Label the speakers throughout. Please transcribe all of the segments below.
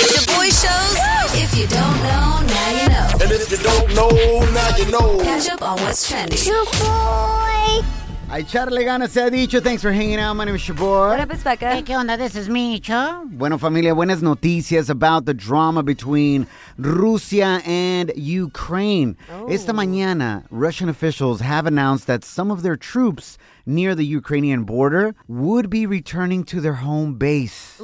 Speaker 1: Shaboy shows. If you don't know, now you know.
Speaker 2: And if you don't know, now you know.
Speaker 1: Catch up on what's trending.
Speaker 3: Ay, Charle Gana se ha dicho. Thanks for hanging out. My name is your boy.
Speaker 1: What up? It's Becca.
Speaker 4: Hey, ¿qué onda? This is Micho.
Speaker 3: Bueno, familia, buenas noticias about the drama between Rusia and Ukraine.
Speaker 4: Oh.
Speaker 3: Esta mañana, Russian officials have announced that some of their troops near the Ukrainian border would be returning to their home base.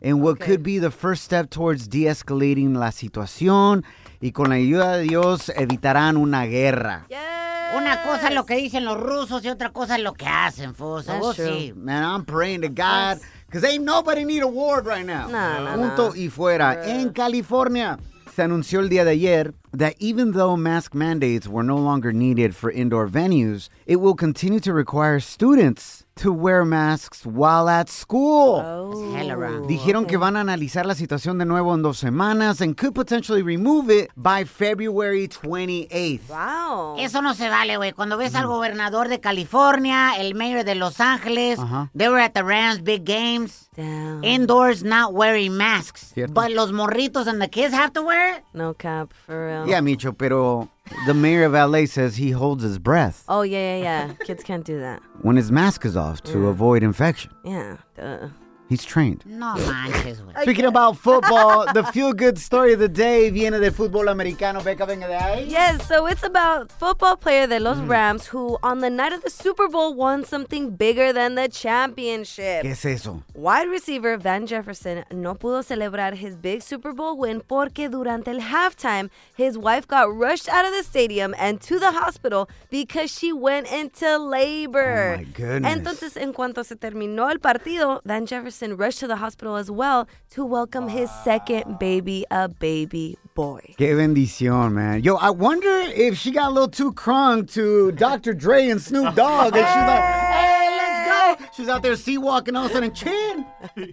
Speaker 3: in what could be the first step towards de-escalating la situación y con la ayuda de Dios evitarán una guerra.
Speaker 1: Yes.
Speaker 4: Una cosa es lo que dicen los rusos y otra cosa es lo que hacen, Fosa.
Speaker 1: That's
Speaker 4: Vos
Speaker 1: true.
Speaker 4: sí.
Speaker 3: Man, I'm praying to God. Because ain't nobody need a ward right now.
Speaker 1: No, no,
Speaker 3: Punto y fuera. En California, se anunció el día de ayer that even though mask mandates were no longer needed for indoor venues, it will continue to require students to wear masks while at school.
Speaker 1: Oh,
Speaker 4: Hell around.
Speaker 3: Dijeron que van a analizar la situación de nuevo en dos semanas and could potentially remove it by February 28th.
Speaker 1: Wow.
Speaker 4: Eso no se vale, güey. Cuando ves al gobernador de California, el mayor de Los Ángeles,
Speaker 3: Ajá. Ah.
Speaker 4: they were at the Rams Big Games,
Speaker 1: Damn.
Speaker 4: indoors not wearing masks.
Speaker 3: Cierto.
Speaker 4: But los morritos and the kids have to wear it?
Speaker 1: No cap, for real.
Speaker 3: Yeah, Micho, pero the mayor of LA says he holds his breath
Speaker 1: Oh, yeah, yeah, yeah. Kids can't do that.
Speaker 3: when his mask is off to avoid infection.
Speaker 1: Yeah. Duh.
Speaker 3: He's trained.
Speaker 4: No manches, güey.
Speaker 3: Speaking about football, the feel good story of the day viene de fútbol americano. Beca, venga de ahí.
Speaker 1: Yes, so it's about football player de
Speaker 3: Mm.
Speaker 1: los Rams who, on the night of the Super Bowl, won something bigger than the championship.
Speaker 3: ¿Qué es eso?
Speaker 1: Wide receiver Van Jefferson no pudo celebrar his big Super Bowl win porque durante el halftime, his wife got rushed out of the stadium and to the hospital because she went into labor.
Speaker 3: Oh, my goodness.
Speaker 1: Entonces, en cuanto se terminó el partido, Van Jefferson rushed to the hospital as well to welcome his second baby, a baby boy.
Speaker 3: Qué bendición, man. Yo, I wonder if she got a little too crunk to Dr. Dre and Snoop Dogg. And she's like, hey, let's go. She's out there sea walking all of a sudden, chin.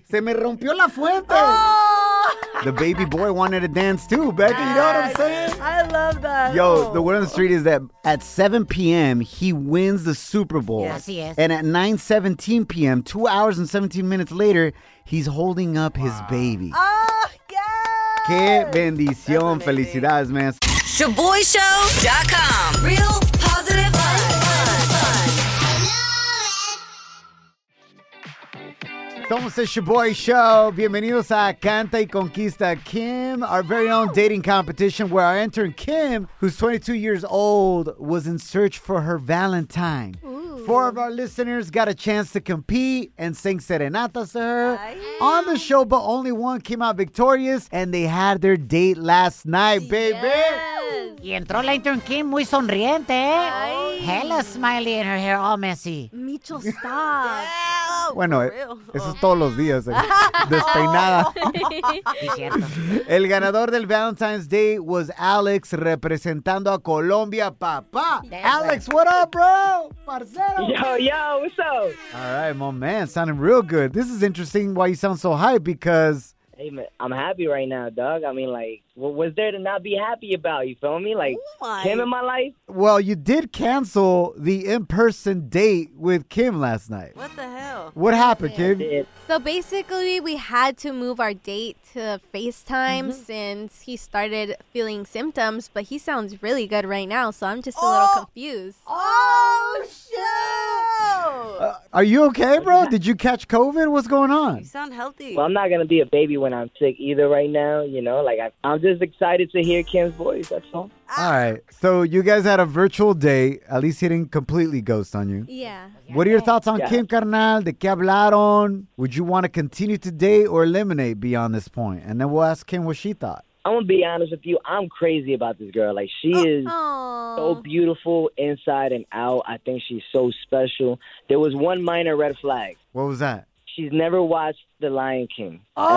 Speaker 3: Se me rompió la fuente. The baby boy wanted to dance too, Becky. You know what I'm saying?
Speaker 1: I love that.
Speaker 3: Yo, the
Speaker 1: Oh.
Speaker 3: word on the street is that at 7 p.m. he wins the Super Bowl.
Speaker 1: Yes.
Speaker 4: Así es.
Speaker 3: And at 9:17 p.m., two hours and 17 minutes later, he's holding up his baby.
Speaker 1: Oh, yes.
Speaker 3: Qué bendición, felicidades, man.
Speaker 5: ShaboyShow.com. Real positive fun.
Speaker 3: Somos el Shaboy Show. Bienvenidos a Canta y Conquista Kim, our very own dating competition where our intern Kim, who's 22 years old, was in search for her Valentine. Four of our listeners got a chance to compete and sing serenatas to her on the show, but only one came out victorious and they had their date last night, baby.
Speaker 4: Y entró la intern Kim muy sonriente, ¿eh? Hella smiley and her hair all messy.
Speaker 1: Mitchell, stop.
Speaker 3: Bueno, eh,
Speaker 1: real.
Speaker 3: eso es todos los días. eh. Despeinada.
Speaker 4: Sí, cierto.
Speaker 3: El ganador del Valentine's Day was Alex representando a Colombia, papá. Alex, what up, bro? Parcero.
Speaker 6: Yo, yo, what's up?
Speaker 3: All right, my man, sounding real good. This is interesting why you sound so hype because
Speaker 6: Hey, man, I'm happy right now, dog. I mean, like, what was there to not be happy about? You feel me? Like,
Speaker 1: Oh my.
Speaker 6: him in my life?
Speaker 3: well, you did cancel the in-person date with Kim last night.
Speaker 1: What the hell?
Speaker 3: What happened, Kim?
Speaker 6: Shit.
Speaker 7: So basically, we had to move our date to FaceTime since he started feeling symptoms, but he sounds really good right now, so I'm just a little confused.
Speaker 1: Oh, shoot!
Speaker 3: Uh, are you okay, bro? Did you catch COVID? What's going on?
Speaker 1: You sound healthy.
Speaker 6: Well, I'm not going to be a baby when I'm sick either right now, you know? Like, I, I'm just excited to hear Kim's voice, that's all.
Speaker 1: Ah.
Speaker 3: All right. So you guys had a virtual date. At least he didn't completely ghost on you.
Speaker 7: Yeah.
Speaker 3: What are your thoughts on
Speaker 6: Yeah.
Speaker 3: Kim Carnal? De qué hablaron? Would you want to continue to date or eliminate beyond this point? And then we'll ask Kim what she thought.
Speaker 6: I'm going to be honest with you. I'm crazy about this girl. Like, she is so
Speaker 7: Aww.
Speaker 6: beautiful inside and out. I think she's so special. There was one minor red flag.
Speaker 3: What was that?
Speaker 6: She's never watched The Lion King. Ever.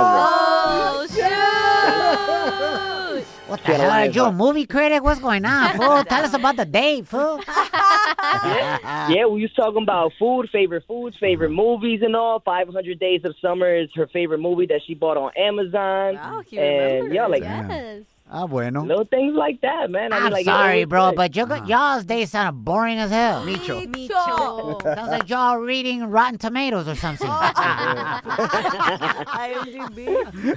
Speaker 6: can't
Speaker 4: What
Speaker 6: lie
Speaker 4: are you, a
Speaker 6: about-
Speaker 4: movie critic? What's going on, fool? Tell us about the date, fool.
Speaker 6: Yeah, we was talking about food, favorite foods, favorite
Speaker 4: Mm-hmm.
Speaker 6: movies, and all. Five Hundred Days of Summer is her favorite movie that she bought on Amazon.
Speaker 1: Wow, he
Speaker 6: and
Speaker 1: remembers.
Speaker 6: yeah, like
Speaker 3: Yeah.
Speaker 7: Yes.
Speaker 3: Ah, bueno.
Speaker 6: little things like that, man. I mean,
Speaker 4: I'm
Speaker 6: like, it
Speaker 4: sorry,
Speaker 6: always
Speaker 4: bro,
Speaker 6: good.
Speaker 4: but you got, y'all's days sound boring as hell.
Speaker 3: Micho.
Speaker 1: Micho.
Speaker 4: Sounds like y'all reading Rotten Tomatoes or something.
Speaker 1: IMDb.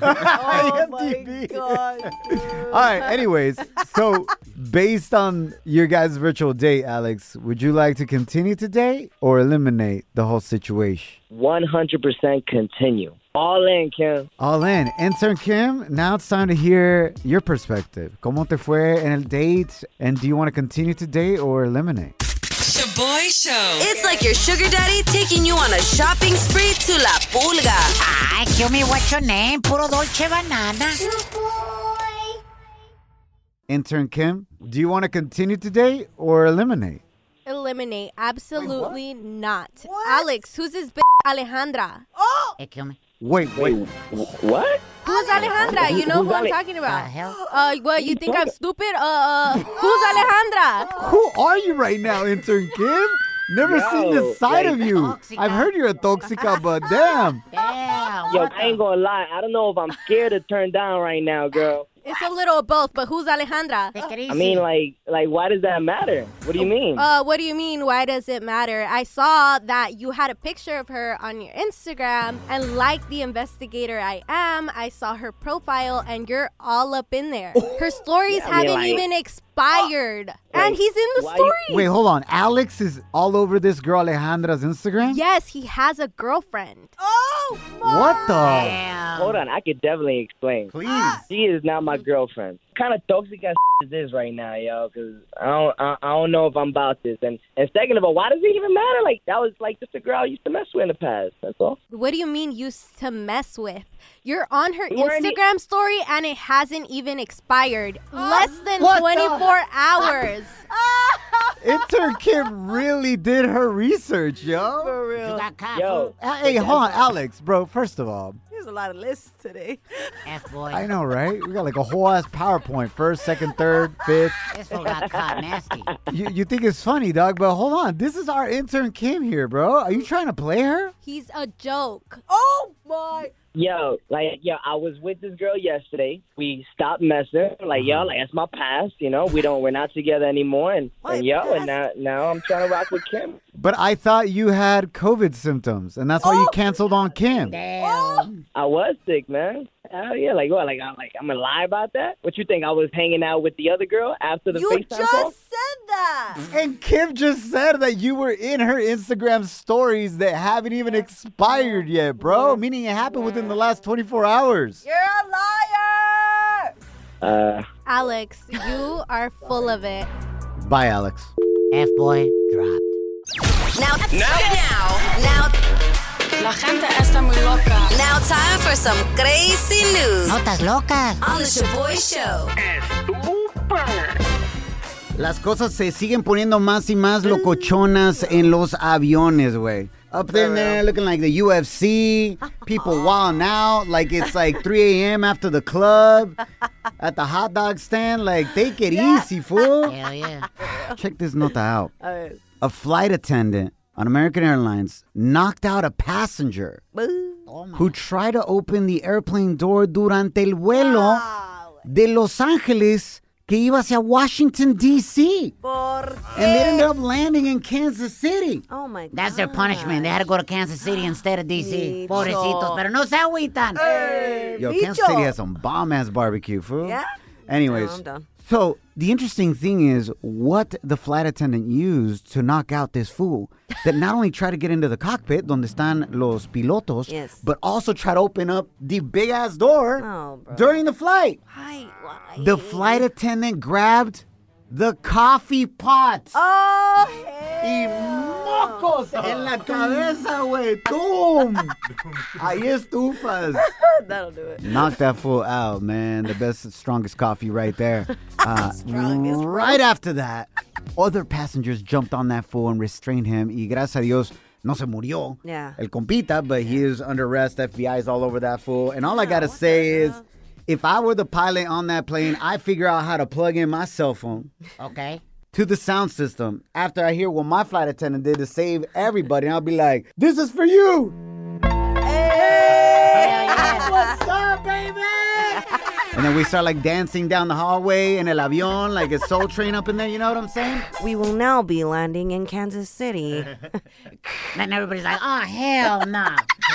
Speaker 1: Oh my
Speaker 3: IMDb.
Speaker 1: god.
Speaker 3: All right. Anyways, so based on your guys' virtual date, Alex, would you like to continue to date or eliminate the whole situation?
Speaker 6: one hundred percent continue. All in, Kim.
Speaker 3: All in. Intern Kim, now it's time to hear your perspective. ¿Cómo te fue en el date? And do you want to continue to date or eliminate?
Speaker 5: Shaboy Show.
Speaker 1: It's like your sugar daddy taking you on a shopping spree to La Pulga.
Speaker 4: Ay, kill me, what's your name? Puro Dolce Banana.
Speaker 3: Intern Kim, do you want to continue to date or eliminate?
Speaker 7: Eliminate. Absolutely not. Alex, who's this bitch? Alejandra.
Speaker 4: Hey, kill me.
Speaker 3: Wait, wait.
Speaker 6: What?
Speaker 7: Who's Alejandra? You know
Speaker 6: who's
Speaker 7: who I'm
Speaker 6: Ale-
Speaker 7: talking
Speaker 4: The
Speaker 7: about.
Speaker 4: hell?
Speaker 7: Uh, what, you think I'm stupid? Uh, uh, who's Alejandra?
Speaker 3: Who are you right now, Intern Kim? Never
Speaker 6: Yo,
Speaker 3: seen this side
Speaker 6: like-
Speaker 3: of you.
Speaker 4: Toxica.
Speaker 3: I've heard you're a toxica, but damn.
Speaker 4: Yeah,
Speaker 6: Yo,
Speaker 4: what
Speaker 6: I ain't gonna lie. I don't know if I'm scared to turn down right now, girl.
Speaker 7: It's a little of both, but who's Alejandra?
Speaker 4: the- Take it easy.
Speaker 6: I mean, like, like, why does that matter? What
Speaker 4: Oh,
Speaker 6: do you mean?
Speaker 7: Uh, what do you mean? Why does it matter? I saw that you had a picture of her on your Instagram, and like the investigator I am, I saw her profile, and you're all up in there. Her stories
Speaker 6: I mean,
Speaker 7: haven't
Speaker 6: like- Uh,
Speaker 7: even expired, and he's in the
Speaker 6: why you-
Speaker 7: story.
Speaker 3: Wait, hold on. Alex is all over this girl Alejandra's Instagram?
Speaker 7: Yes, he has a girlfriend.
Speaker 3: Oh. What the?
Speaker 4: Damn.
Speaker 6: Hold on, I could definitely explain.
Speaker 3: Please.
Speaker 6: She is not my girlfriend. Kind of toxic as is this right now, yo. Cause I don't, I, I don't know if I'm about this. And and second of all, why does it even matter? Like that was like just a girl I used to mess with in the past. That's all.
Speaker 7: What do you mean used to mess with? You're on her
Speaker 6: We're in the-
Speaker 7: Instagram story and it hasn't even expired. Less than
Speaker 3: Oh. What the- Oh.
Speaker 7: 24 hours.
Speaker 3: Intern Kim really did her research, yo.
Speaker 1: For
Speaker 4: You
Speaker 1: real.
Speaker 4: got caught,
Speaker 6: Yo,
Speaker 4: fool.
Speaker 3: Uh, Hey, hold on, Alex, bro. First of all,
Speaker 1: There's a lot of lists today.
Speaker 4: F-boy.
Speaker 3: I know, right? We got like a whole ass PowerPoint. First, second, third, fifth.
Speaker 4: This fool got caught nasty.
Speaker 3: You, you think it's funny, dog, but hold on. This is our intern Kim here, bro. Are you trying to play her?
Speaker 7: He's a joke.
Speaker 1: Oh my.
Speaker 6: Yo, like, yo, I was with this girl yesterday. We stopped messing. Like, yo, like that's my past. You know, we don't, we're not together anymore. And,
Speaker 1: My
Speaker 6: and yo,
Speaker 1: past.
Speaker 6: and now, now I'm trying to rock with Kim.
Speaker 3: But I thought you had COVID symptoms, and that's why you canceled on Kim.
Speaker 4: Damn.
Speaker 6: I was sick, man. Hell yeah, like what? Like I'm like I'm gonna lie about that? What you think? I was hanging out with the other girl after the
Speaker 1: You
Speaker 6: FaceTime
Speaker 1: just
Speaker 6: call?
Speaker 1: said that.
Speaker 3: And Kim just said that you were in her Instagram stories that haven't even expired yet, bro. Meaning it happened within the last 24 hours.
Speaker 1: You're a liar.
Speaker 6: Uh,
Speaker 7: Alex, you are full of it.
Speaker 3: Bye, Alex.
Speaker 4: F-boy dropped.
Speaker 1: Now, now, now,
Speaker 5: La gente está muy loca.
Speaker 1: now, time for some crazy news
Speaker 4: Notas locas.
Speaker 1: on the Shaboy Show.
Speaker 3: Las cosas se siguen poniendo más y más locochonas en los aviones, güey. Up in there looking like the UFC, people wilding out like it's like 3 a.m. after the club, at the hot dog stand, like take it easy, fool.
Speaker 4: Hell yeah.
Speaker 3: Check this nota out. A flight attendant on American Airlines knocked out a passenger who tried to open the airplane door durante el vuelo de Los Angeles que iba hacia Washington, D.C. And they ended up landing in Kansas City.
Speaker 1: Eh. Oh my god.
Speaker 4: That's their punishment. They had to go to Kansas City instead of D.C.
Speaker 1: Micho.
Speaker 4: Pobrecitos, pero no se agüitan.
Speaker 3: Yo, Kansas City has some bomb ass barbecue food.
Speaker 1: Yeah?
Speaker 3: Anyways,
Speaker 1: No, I'm done.
Speaker 3: so the interesting thing is what the flight attendant used to knock out this fool that not only tried to get into the cockpit, donde están los pilotos,
Speaker 1: Yes.
Speaker 3: but also tried to open up the big ass door
Speaker 1: Oh, bro.
Speaker 3: during the flight.
Speaker 1: Why? Why?
Speaker 3: The flight attendant grabbed the coffee pot.
Speaker 1: Oh, hey.
Speaker 3: Y mocos en la cabeza, güey. ¡Tum! Ahí estufas.
Speaker 1: That'll do it.
Speaker 3: Knock that fool out, man. The best, strongest coffee right there. Uh, right after that, other passengers jumped on that fool and restrained him. Y gracias a Dios, no se murió.
Speaker 1: Yeah.
Speaker 3: El compita, but he is under arrest. FBI is all over that fool. And all I gotta say is, If I were the pilot on that plane, I figure out how to plug in my cell phone
Speaker 4: Okay.
Speaker 3: to the sound system after I hear what my flight attendant did to save everybody. And I'll be like, this is for you. What's up, baby? And then we start like dancing down the hallway in el avión, like a soul train up in there. You know what I'm saying?
Speaker 1: We will now be landing in Kansas City.
Speaker 4: Then everybody's like, oh, hell no.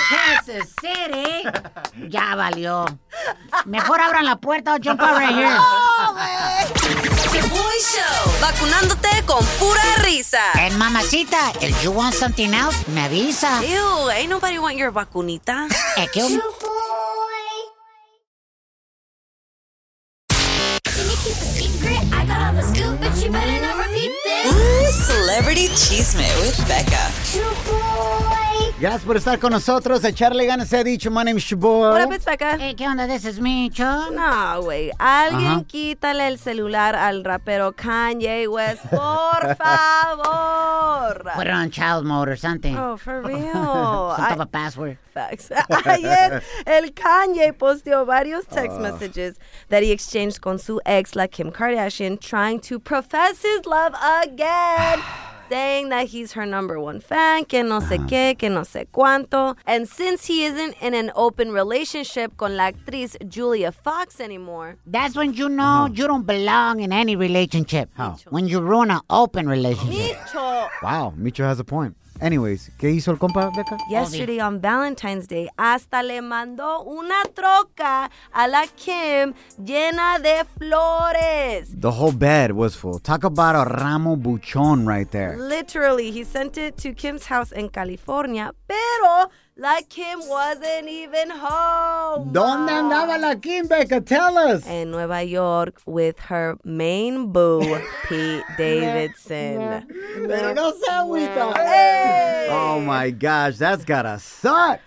Speaker 4: Kansas City. Ya valió. Mejor abran la puerta o jump out right here.
Speaker 1: Oh. Boy Show. Vacunándote con pura risa.
Speaker 4: And Eh, mamacita, if you want something else, me avisa. Eh,
Speaker 1: Ew, ain't nobody want your vacunita.
Speaker 4: Es que un-
Speaker 5: Celebrity Cheesemate with Becca.
Speaker 3: Gracias por estar con nosotros. Echarle ganas se ha dicho. My name is Shaboy.
Speaker 1: What up, it's Becca.
Speaker 4: Hey, Eh, ¿qué onda? This is Micho.
Speaker 1: No, güey. Alguien
Speaker 3: Ajá.
Speaker 1: quítale el celular al rapero Kanye West, por favor.
Speaker 4: Put it on child mode or something.
Speaker 1: Oh, for
Speaker 4: Some
Speaker 1: real.
Speaker 4: type of password.
Speaker 1: Facts. Ayer, el Kanye posteó varios text messages that he exchanged con su ex, la Kim Kardashian, trying to profess his love again. Saying that he's her number one fan, que no sé qué, que no sé cuánto. And since he isn't in an open relationship con la actriz Julia Fox anymore,
Speaker 4: That's when you know
Speaker 1: Uh-huh.
Speaker 4: you don't belong in any relationship.
Speaker 3: How?
Speaker 4: When you ruin an open relationship.
Speaker 1: Micho.
Speaker 3: Wow, Micho has a point. Anyways, ¿qué hizo el compa, Becca?
Speaker 1: Yesterday on Valentine's Day, hasta le mandó una troca a la Kim llena de flores.
Speaker 3: The whole bed was full. Talk about a ramo buchon right there.
Speaker 1: Literally, he sent it to Kim's house in California, pero like Kim wasn't even home.
Speaker 3: ¿Dónde andaba la Kim, Becca? Tell us.
Speaker 1: In Nueva York with her main boo, Pete Davidson.
Speaker 3: Pero no se agüita.
Speaker 1: Hey!
Speaker 3: Oh my gosh, that's gotta suck.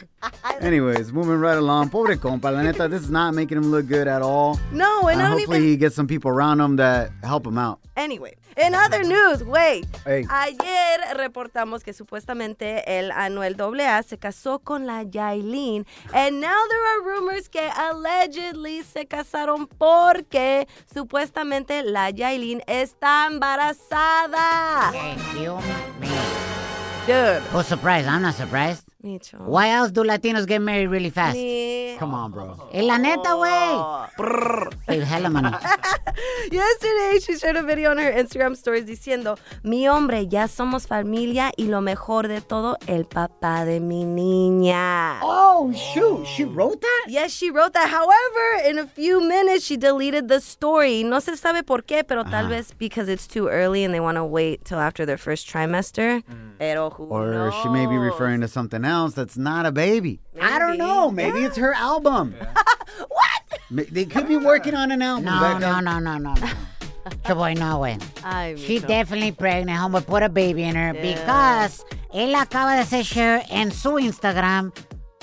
Speaker 3: Anyways, moving right along. Pobre compa, la neta, this is not making him look good at all.
Speaker 1: No, and
Speaker 3: Uh,
Speaker 1: I don't
Speaker 3: hopefully
Speaker 1: even.
Speaker 3: he gets some people around him that help him out.
Speaker 1: Anyway, in other news, wait.
Speaker 3: Hey.
Speaker 1: Ayer reportamos que supuestamente el Anuel AA se casó con la Yailin. And now there are rumors que allegedly se casaron porque supuestamente la Yailin está embarazada.
Speaker 4: Thank you, me.
Speaker 1: Dude.
Speaker 4: Who's surprised? I'm not surprised.
Speaker 1: Micho.
Speaker 4: Why else do Latinos get married really fast?
Speaker 1: Ni-
Speaker 3: Come on, bro.
Speaker 4: Eh, la neta,
Speaker 1: Oh.
Speaker 4: güey. Save hella money.
Speaker 1: Yesterday she shared a video on her Instagram stories diciendo, mi hombre, ya somos familia y lo mejor de todo, el papá de mi niña.
Speaker 3: Oh shoot, she wrote that?
Speaker 1: Yes, she wrote that. However, in a few minutes, she deleted the story. No se sabe por qué, pero
Speaker 3: Ah.
Speaker 1: tal vez because it's too early and they want to wait till after their first trimester.
Speaker 3: Mm.
Speaker 1: Pero who
Speaker 3: Or
Speaker 1: knows?
Speaker 3: she may be referring to something else that's not a baby. I don't
Speaker 1: Maybe.
Speaker 3: know. Maybe it's her album. what? They could be working on an album.
Speaker 4: No,
Speaker 3: Becca.
Speaker 4: no, no, no, no. Chaboy, no, güey.
Speaker 1: Ay,
Speaker 4: She
Speaker 1: mijo.
Speaker 4: definitely pregnant, homeboy. Put a baby in her because él acaba de hacer share en su Instagram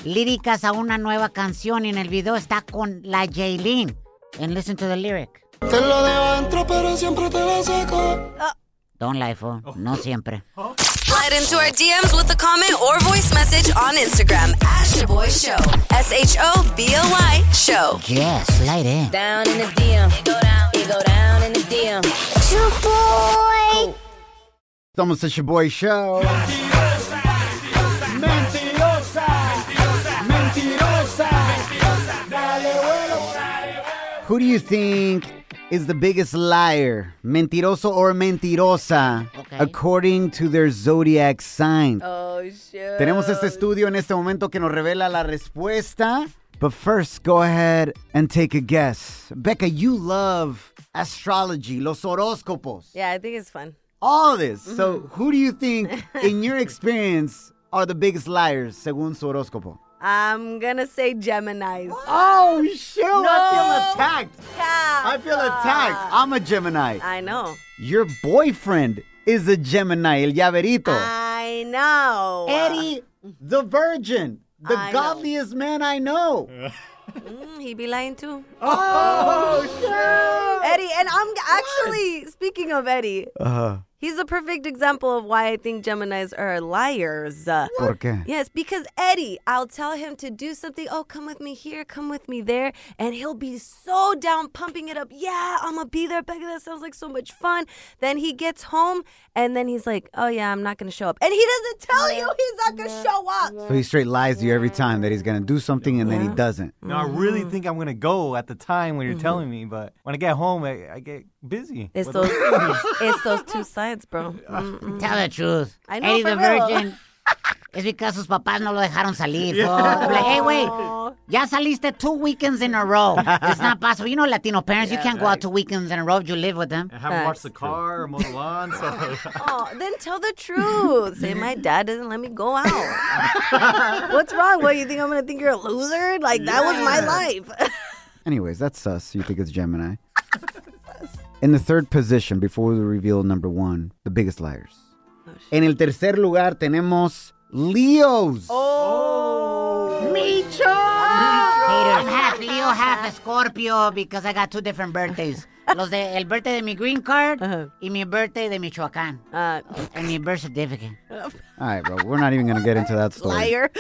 Speaker 4: líricas a una nueva canción y en el video está con la Jaylin. And listen to the lyric.
Speaker 2: Te lo debo adentro, pero siempre te la saco.
Speaker 4: Don't lie, fool. No siempre.
Speaker 1: Slide into our DMs with a comment or voice message on Instagram at Shaboy Show. S H O B O Y Show.
Speaker 4: Yes, slide in.
Speaker 1: Down in the DM. It go down. It go down in the DM.
Speaker 3: It's almost a Shaboy show. Who do you think is the biggest liar, mentiroso or mentirosa,
Speaker 4: Okay.
Speaker 3: according to their zodiac sign?
Speaker 1: Oh, shit.
Speaker 3: Tenemos este estudio en este momento que nos revela la respuesta. But first, go ahead and take a guess. Becca, you love astrology, los horóscopos
Speaker 1: Yeah, I think it's fun.
Speaker 3: all this. So,
Speaker 1: Mm-hmm.
Speaker 3: who do you think, in your experience, are the biggest liars, según su horóscopo?
Speaker 1: I'm gonna say Gemini's.
Speaker 3: Oh, shit! I
Speaker 1: No. Ah.
Speaker 3: feel attacked. I feel attacked. I'm a Gemini.
Speaker 1: I know.
Speaker 3: Your boyfriend is a Gemini, el
Speaker 1: Ah.
Speaker 3: llaverito.
Speaker 1: I know.
Speaker 3: Eddie, the virgin, the
Speaker 1: I know.
Speaker 3: godliest man I know.
Speaker 1: Mm, he be lying too.
Speaker 3: Oh, shit!
Speaker 1: Eddie, and I'm actually, speaking of Eddie,
Speaker 3: Uh,
Speaker 1: He's the perfect example of why I think Geminis are liars. Uh,
Speaker 3: ¿Por qué?
Speaker 1: Yes, because Eddie, I'll tell him to do something. Oh, come with me here, come with me there. And he'll be so down, pumping it up. Yeah, I'm going to be there. Becca, that sounds like so much fun. Then he gets home and then he's like, oh, yeah, I'm not going to show up. And he doesn't tell you he's not going to show up.
Speaker 3: So he straight lies to you every time that he's going to do something and then he doesn't.
Speaker 8: No, I
Speaker 1: Mm-hmm.
Speaker 8: really think I'm gonna go at the time when you're telling me, but when I get home, I, I get busy.
Speaker 1: It's
Speaker 8: with
Speaker 1: those,
Speaker 8: other things.
Speaker 1: it's those two sides, bro. Mm-mm.
Speaker 4: Tell the truth.
Speaker 1: I know,
Speaker 4: Eddie
Speaker 1: for
Speaker 4: the
Speaker 1: real.
Speaker 4: Virgin. Es because sus papás no lo dejaron salir. fool. I'm like, hey, wait, ya saliste two weekends in a row. It's not possible. You know, Latino parents, you can't go out two weekends in a row if you live with them.
Speaker 8: I haven't washed the car or mowed the lawn, so
Speaker 1: Oh, then tell the truth. Say my dad doesn't let me go out. What's wrong? What you think I'm gonna think you're a loser? Like that was my life.
Speaker 3: Anyways, that's sus. You think it's Gemini. In the third position, before we reveal number one, the biggest liars. En el tercer lugar tenemos Leos.
Speaker 4: Haters. I'm half Leo, half Scorpio because I got two different birthdays. Los de el birthday de mi green card y mi birthday de Michoacán.
Speaker 1: Uh,
Speaker 4: And mi birth certificate.
Speaker 3: All right, bro. We're not even going to get into that story.
Speaker 1: liar.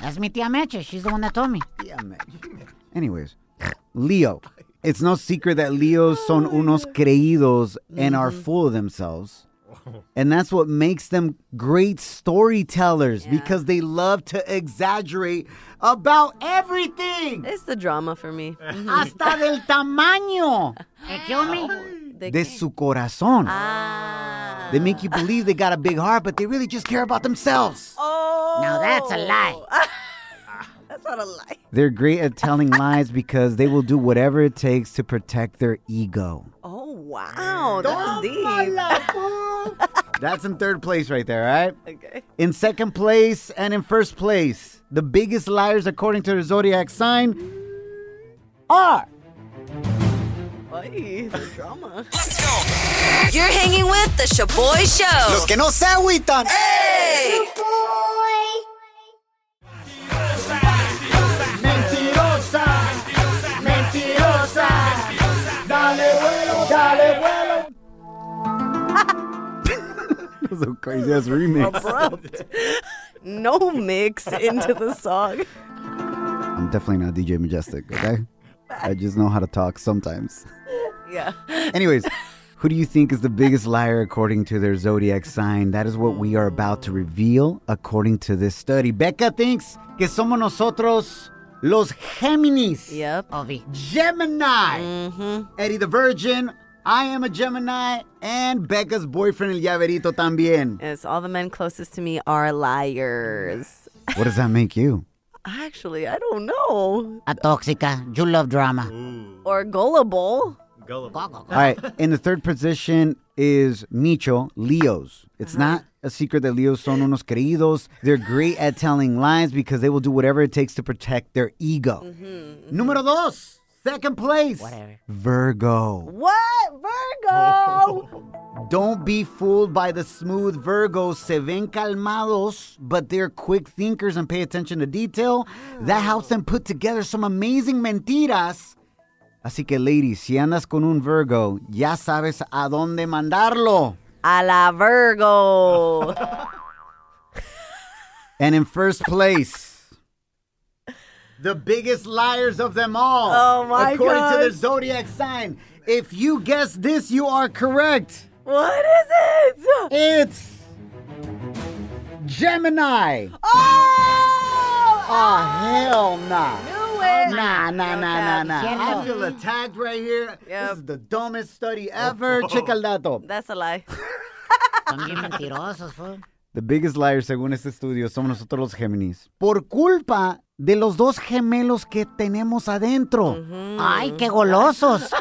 Speaker 4: That's mi tía Meche. She's the one that told me.
Speaker 3: Yeah, man. Anyways, Leo. It's no secret that Leos son unos creídos and are full of themselves. And that's what makes them great storytellers because they love to exaggerate about everything.
Speaker 1: It's the drama for me.
Speaker 3: Hasta del tamaño
Speaker 4: Hey, kill me.
Speaker 1: They-
Speaker 3: de su corazón.
Speaker 1: Ah.
Speaker 3: They make you believe they got a big heart, but they really just care about themselves.
Speaker 1: Oh.
Speaker 4: Now that's a lie.
Speaker 1: That's not a lie.
Speaker 3: They're great at telling lies because they will do whatever it takes to protect their ego.
Speaker 1: Oh wow. That's deep.
Speaker 3: That's in third place right there, all right?
Speaker 1: Okay.
Speaker 3: In second place and in first place, the biggest liars according to the zodiac sign are.
Speaker 1: Ay, the drama.
Speaker 5: You're hanging with the Shaboy Show.
Speaker 3: que no se agüitan. That was a crazy ass remix.
Speaker 1: No mix into the song.
Speaker 3: I'm definitely not DJ Majestic, okay? I just know how to talk sometimes.
Speaker 1: Yeah.
Speaker 3: Anyways, who do you think is the biggest liar according to their zodiac sign? That is what we are about to reveal according to this study. Becca thinks que somos nosotros los Géminis.
Speaker 1: Yep.
Speaker 4: Ovi.
Speaker 3: Gemini. Eddie the Virgin. I am a Gemini. And Becca's boyfriend, El Llaverito, también.
Speaker 1: Yes, all the men closest to me are liars.
Speaker 3: What does that make you?
Speaker 1: Actually, I don't know.
Speaker 4: A toxica. You love drama.
Speaker 1: Or gullible.
Speaker 8: gullible.
Speaker 3: All right. In the third position is Micho, Leos. It's not a secret that Leos son unos creídos. They're great at telling lies because they will do whatever it takes to protect their ego. Número dos, second place.
Speaker 4: Whatever.
Speaker 3: Virgo.
Speaker 1: What? Virgo!
Speaker 3: Don't be fooled by the smooth Virgos. Se ven calmados, but they're quick thinkers and pay attention to detail. That helps them put together some amazing mentiras. Así que, ladies, si andas con un Virgo, ya sabes a dónde mandarlo.
Speaker 1: A la Virgo.
Speaker 3: And in first place, the biggest liars of them all.
Speaker 1: Oh, my
Speaker 3: According to the
Speaker 1: gosh.
Speaker 3: zodiac sign. If you guess this, you are correct.
Speaker 1: what is it?
Speaker 3: It's Gemini.
Speaker 1: Oh!
Speaker 3: Oh, hell nah.
Speaker 1: I knew it.
Speaker 3: Nah, nah, nah, nah, nah. I
Speaker 4: Cierto.
Speaker 3: feel attacked right here. This
Speaker 1: Yep. Oh.
Speaker 3: is the dumbest study ever. Checa el dato.
Speaker 1: That's a lie.
Speaker 4: Son bien mentirosos, fool.
Speaker 3: The biggest liar, según este estudio, somos nosotros los Géminis. Por culpa de los dos gemelos que tenemos adentro.
Speaker 4: Ay, qué golosos.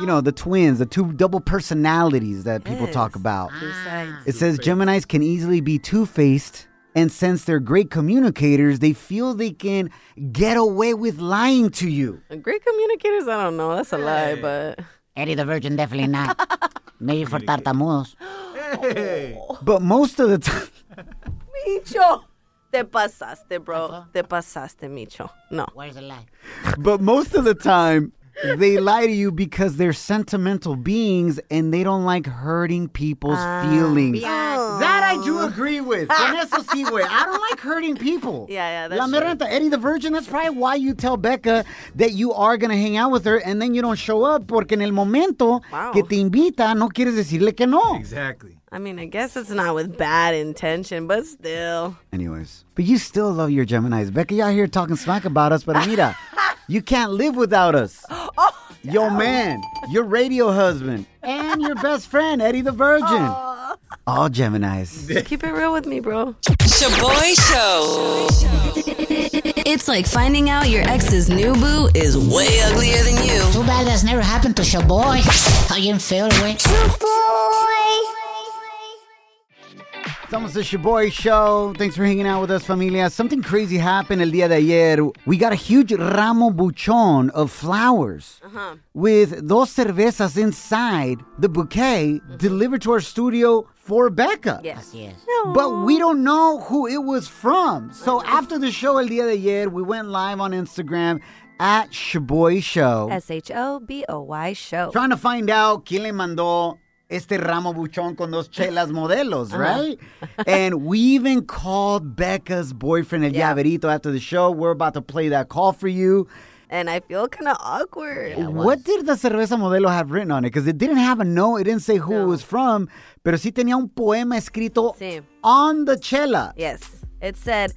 Speaker 3: You know, the twins, the two double personalities that people talk
Speaker 1: Yes.
Speaker 3: about.
Speaker 1: Two sides.
Speaker 3: It says Geminis can easily be two faced, and since they're great communicators, they feel they can get away with lying to you.
Speaker 1: Great communicators, I don't know. That's a lie, but.
Speaker 4: Eddie the Virgin, definitely not. Maybe for tartamudos.
Speaker 8: Hey,
Speaker 3: But most of the time,
Speaker 1: Micho! Te pasaste, bro. Te pasaste, Micho. No.
Speaker 4: Where's the lie?
Speaker 3: but most of the time, they lie to you because they're sentimental beings and they don't like hurting people's
Speaker 1: Ah,
Speaker 3: feelings. That I do agree with. Con eso sí, güey. I don't like hurting people.
Speaker 1: Yeah, yeah, that's
Speaker 3: La
Speaker 1: true.
Speaker 3: merenta, Eddie the Virgin, that's probably why you tell Becca that you are going to hang out with her and then you don't show up porque en el momento
Speaker 1: Wow.
Speaker 3: que te invita no quieres decirle que no.
Speaker 8: Exactly.
Speaker 1: I mean, I guess it's not with bad intention, but still.
Speaker 3: Anyways, but you still love your Geminis. Becca, y'all here talking smack about us, but Amita, you can't live without us. Your man, your radio husband, and your best friend, Eddie the Virgin. All Geminis.
Speaker 1: Keep it real with me, bro.
Speaker 5: Shaboy Show. It's like finding out your ex's new boo is way uglier than you.
Speaker 4: Too bad that's never happened to your boy. How you feel, güey?
Speaker 3: Somos the Shaboy Show. Thanks for hanging out with us, familia. Something crazy happened el día de ayer. We got a huge ramo buchon of flowers with dos cervezas inside the bouquet delivered to our studio for Becca.
Speaker 1: Yes.
Speaker 3: But we don't know who it was from. So after the show El Día de Ayer, we went live on Instagram at Shaboy Show.
Speaker 1: S H O B O Y show.
Speaker 3: Trying to find out quién le mandó este ramo buchón con dos chelas modelos, right? and we even called Becca's boyfriend El
Speaker 1: Yeah.
Speaker 3: Llaverito after the show. We're about to play that call for you.
Speaker 1: And I feel kind of awkward.
Speaker 3: What did the cerveza modelo have written on it? Because it didn't have a note. It didn't say who it was from. Pero sí tenía un poema escrito
Speaker 1: Sí.
Speaker 3: on the chela.
Speaker 1: Yes. It said,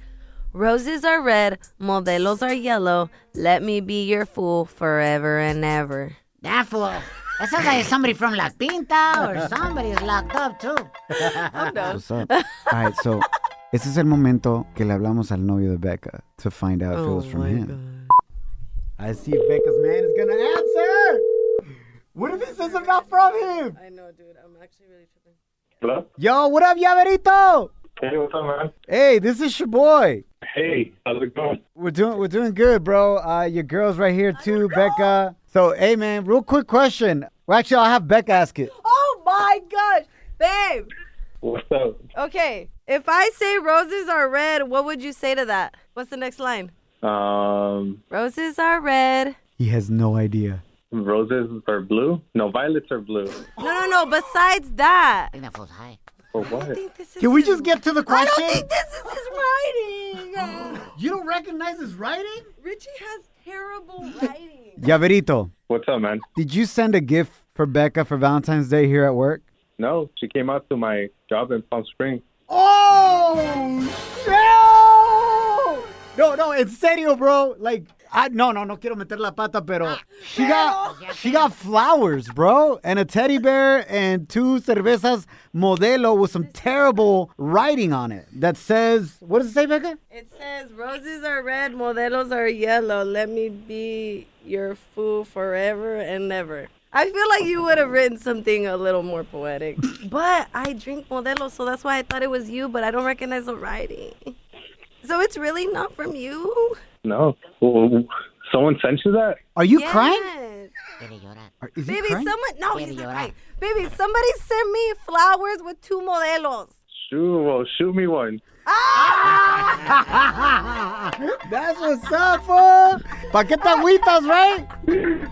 Speaker 1: Roses are red, modelos are yellow. Let me be your fool forever and ever.
Speaker 4: That fool. That sounds like somebody from La Pinta or somebody's locked up too.
Speaker 3: What's up? All right, so este es el momento que le hablamos al novio de Becca to find out if it was from him. I see if Becca's man is gonna answer. What if this is not from him?
Speaker 9: Hello?
Speaker 3: Yo, what up, Yaverito?
Speaker 9: Hey, what's up, man?
Speaker 3: Hey, this is your boy.
Speaker 9: Hey, how's it going?
Speaker 3: We're doing we're doing good, bro. Uh, your girl's right here too, Becca. So, hey, man, real quick question. Well, actually, I'll have Becca ask it.
Speaker 1: Oh my gosh, babe.
Speaker 9: What's up?
Speaker 1: Okay, if I say roses are red, what would you say to that? What's the next line?
Speaker 9: Um,
Speaker 1: Roses are red.
Speaker 3: He has no idea.
Speaker 9: roses are blue? No, violets are blue.
Speaker 1: No, no, no. Besides that,
Speaker 4: I think that fool's high.
Speaker 9: For what?
Speaker 1: this is
Speaker 3: Can we just get to the question?
Speaker 1: I think this is his writing. Uh,
Speaker 3: you don't recognize his writing?
Speaker 1: Richie has terrible writing.
Speaker 3: Yaverito.
Speaker 9: What's up, man?
Speaker 3: Did you send a gift for Becca for Valentine's Day here at work?
Speaker 9: No, she came out to my job in Palm Springs.
Speaker 3: Oh, no! No, no, en serio, bro. Like, I, no, no, no quiero meter la pata,
Speaker 1: Ah,
Speaker 3: pero she got she got flowers, bro, and a teddy bear and two cervezas modelo with some terrible writing on it that says, what does it say, Becca?
Speaker 1: It says roses are red, modelos are yellow. Let me be your fool forever and ever. I feel like you would have written something a little more poetic. but I drink modelos, so that's why I thought it was you, but I don't recognize the writing. So it's really not from you?
Speaker 9: No. Well, someone sent you that?
Speaker 3: Are you crying?
Speaker 1: Yes.
Speaker 4: Quiere llorar.
Speaker 3: Or Is he
Speaker 1: Baby,
Speaker 3: crying?
Speaker 1: someone no,
Speaker 4: Quiere
Speaker 1: he's not
Speaker 4: llorar.
Speaker 1: crying. Baby, somebody sent me flowers with two modelos.
Speaker 9: Shoot, well, shoot me one.
Speaker 3: That's what's up, fool. Paqueta agüitas, right?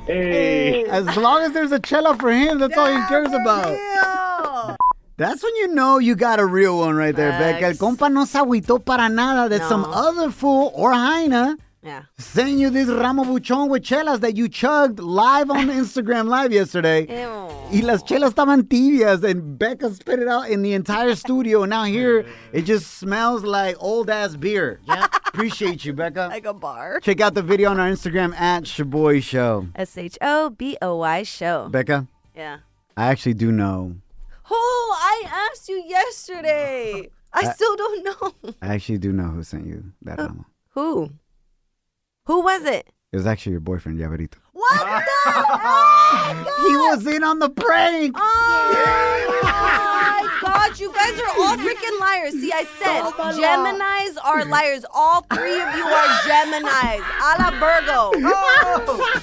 Speaker 9: Hey.
Speaker 3: As long as there's a cello for him, that's all he cares about.
Speaker 1: Ew.
Speaker 3: That's when you know you got a real one right there, Becca. El
Speaker 1: Facts.
Speaker 3: compa no se agüitó para nada that some
Speaker 1: No.
Speaker 3: other fool or hyena
Speaker 1: yeah.
Speaker 3: sent you this ramo buchón with chelas that you chugged live on Instagram Live yesterday.
Speaker 1: Ew.
Speaker 3: Y las chelas estaban tibias, and Becca spit it out in the entire studio. And now here, it just smells like old ass beer. Appreciate you, Becca.
Speaker 1: Like a bar.
Speaker 3: Check out the video on our Instagram at Shaboy Show.
Speaker 1: S H O B O Y show.
Speaker 3: Becca,
Speaker 1: Yeah.
Speaker 3: I actually do know.
Speaker 1: Oh, I asked you yesterday. I still don't know.
Speaker 3: I actually do know who sent you that ramo.
Speaker 1: Who? Who was it?
Speaker 3: It was actually your boyfriend, Yaverito.
Speaker 1: What the heck?
Speaker 3: He was in on the prank.
Speaker 1: Oh my God, you guys are all freaking liars. See, I said Geminis are liars. All three of you are Geminis. A la Virgo.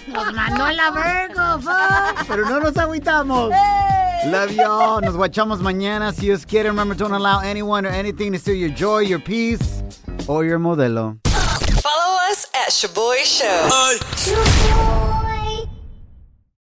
Speaker 4: Nos mandó la Virgo, fool.
Speaker 3: Ah, Pero no nos agüitamos. Love y'all. Nos guachamos mañana. Si Dios quiere, remember, don't allow anyone or anything to steal your joy, your peace, or your modelo.
Speaker 5: Follow us at Shaboy Show.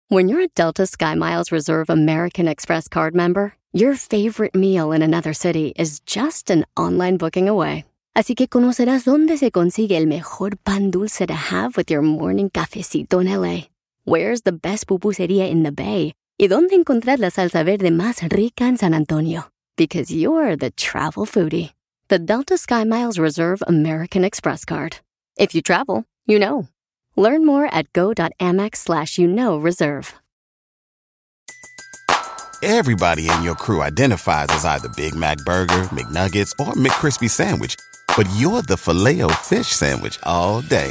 Speaker 7: When you're a Delta Sky Miles Reserve American Express card member, your favorite meal in another city is just an online booking away. Así que conocerás dónde se consigue el mejor pan dulce to have with your morning cafecito en LA. Where's the best pupusería in the Bay? Y dónde encontrar la salsa verde más rica en San Antonio? Because you're the travel foodie. The Delta Sky Miles Reserve American Express card. If you travel, you know. Learn more at go.amex slash you know reserve.
Speaker 10: Everybody in your crew identifies as either Big Mac Burger, McNuggets, or McCrispy Sandwich. But you're the filet fish Sandwich all day.